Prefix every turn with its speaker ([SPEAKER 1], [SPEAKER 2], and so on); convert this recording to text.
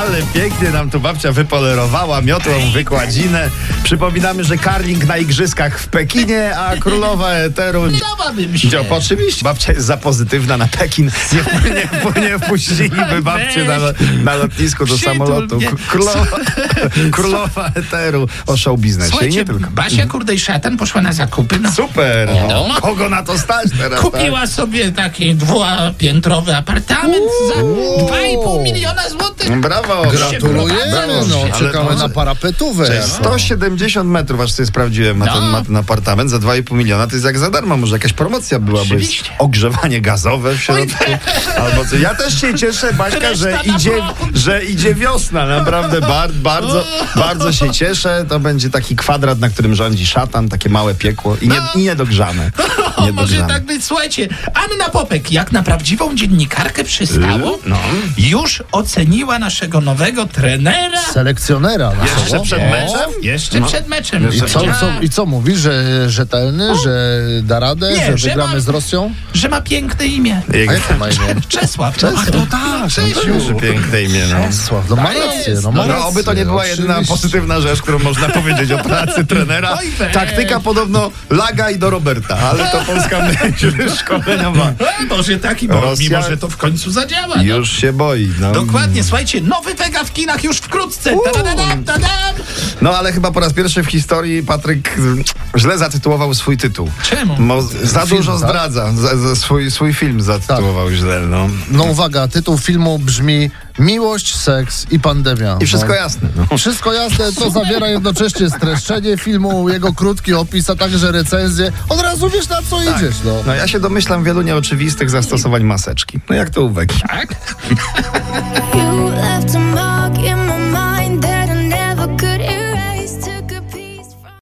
[SPEAKER 1] Ale pięknie nam tu babcia wypolerowała miotłą wykładzinę. Przypominamy, że karling na igrzyskach w Pekinie, a królowa eteru...
[SPEAKER 2] Dałabym się.
[SPEAKER 1] Dziop, oczywiście. Babcia jest za pozytywna na Pekin. Nie, nie, nie wpuściliby babcię na, na lotnisku do
[SPEAKER 2] Przytul
[SPEAKER 1] samolotu.
[SPEAKER 2] mnie.
[SPEAKER 1] K- Królowa, królowa eteru o show biznesie i
[SPEAKER 2] Słuchajcie,
[SPEAKER 1] nie tylko.
[SPEAKER 2] Basia kurdej szatan poszła na zakupy. No.
[SPEAKER 1] Super! No.
[SPEAKER 2] No.
[SPEAKER 1] Kogo na to stać teraz? tak?
[SPEAKER 2] Kupiła sobie taki dwupiętrowy apartament za 2,5 miliona złotych.
[SPEAKER 1] Tak? Brawo!
[SPEAKER 3] Gratulujemy,
[SPEAKER 2] Brawo,
[SPEAKER 3] no,
[SPEAKER 2] ale
[SPEAKER 3] czekamy
[SPEAKER 1] to-
[SPEAKER 3] na parapetówę.
[SPEAKER 1] Cześć, 170 metrów, aż sobie sprawdziłem, ma, ten,
[SPEAKER 2] No.
[SPEAKER 1] ma ten apartament za 2,5 miliona, to jest jak za darmo, może jakaś promocja byłaby, jest
[SPEAKER 2] Oczywiście.
[SPEAKER 1] ogrzewanie gazowe w środku, albo co. Ja też się cieszę, Baśka, że
[SPEAKER 2] Reszta na
[SPEAKER 1] idzie,
[SPEAKER 2] prąd.
[SPEAKER 1] że idzie wiosna, naprawdę bar, bardzo, bardzo się cieszę, to będzie taki kwadrat, na którym rządzi szatan, takie małe piekło i, nie, i niedogrzane.
[SPEAKER 2] O, może
[SPEAKER 1] Niedogrzane.
[SPEAKER 2] tak być, słuchajcie. Anna Popek, jak na prawdziwą dziennikarkę przystało,
[SPEAKER 1] No.
[SPEAKER 2] już oceniła naszego nowego trenera.
[SPEAKER 3] Selekcjonera
[SPEAKER 1] Jeszcze
[SPEAKER 3] naszego.
[SPEAKER 1] przed
[SPEAKER 3] No.
[SPEAKER 1] meczem?
[SPEAKER 2] Jeszcze przed meczem.
[SPEAKER 3] I co,
[SPEAKER 2] powiedziała,
[SPEAKER 3] co, I co mówi, że rzetelny, że da radę,
[SPEAKER 2] Nie,
[SPEAKER 3] że
[SPEAKER 2] że
[SPEAKER 3] wygramy
[SPEAKER 2] ma-
[SPEAKER 3] z Rosją?
[SPEAKER 2] Że ma piękne imię.
[SPEAKER 3] A jakie ma imię?
[SPEAKER 2] Czesław. Czesław. Ach, to tak,
[SPEAKER 1] Jezu,
[SPEAKER 2] Czesiu.
[SPEAKER 1] piękne imię, no.
[SPEAKER 3] Sław, no ma rację, no ma rację.
[SPEAKER 1] No, oby to nie była jedyna
[SPEAKER 3] oczywiście.
[SPEAKER 1] pozytywna rzecz, którą można powiedzieć o pracy trenera.
[SPEAKER 2] Oj, weź.
[SPEAKER 1] Taktyka podobno laga i do Roberta, ale to polska myśl szkolenia ma.
[SPEAKER 2] E, Może taki, bo
[SPEAKER 1] Rosja-
[SPEAKER 2] mimo, że to w końcu zadziała. no.
[SPEAKER 1] Już się boi. No.
[SPEAKER 2] Dokładnie, słuchajcie, nowy Vega w kinach już wkrótce. Tadadadam, tadam.
[SPEAKER 1] no ale chyba po raz pierwszy w historii Patryk mm, źle zatytułował swój tytuł.
[SPEAKER 2] Czemu?
[SPEAKER 1] Mo, za
[SPEAKER 3] Film,
[SPEAKER 1] dużo
[SPEAKER 3] tak?
[SPEAKER 1] zdradza. Za, za swój, swój film zatytułował źle. No.
[SPEAKER 3] No uwaga, tytuł filmu brzmi Miłość, seks i pandemia.
[SPEAKER 1] I wszystko
[SPEAKER 3] no.
[SPEAKER 1] jasne. No.
[SPEAKER 3] Wszystko jasne, co zawiera jednocześnie streszczenie filmu, jego krótki opis, a także recenzję. Od razu wiesz na co idziesz, no.
[SPEAKER 1] No ja się domyślam wielu nieoczywistych zastosowań maseczki. No jak to uwagi.
[SPEAKER 2] Tak?
[SPEAKER 4] You left a mark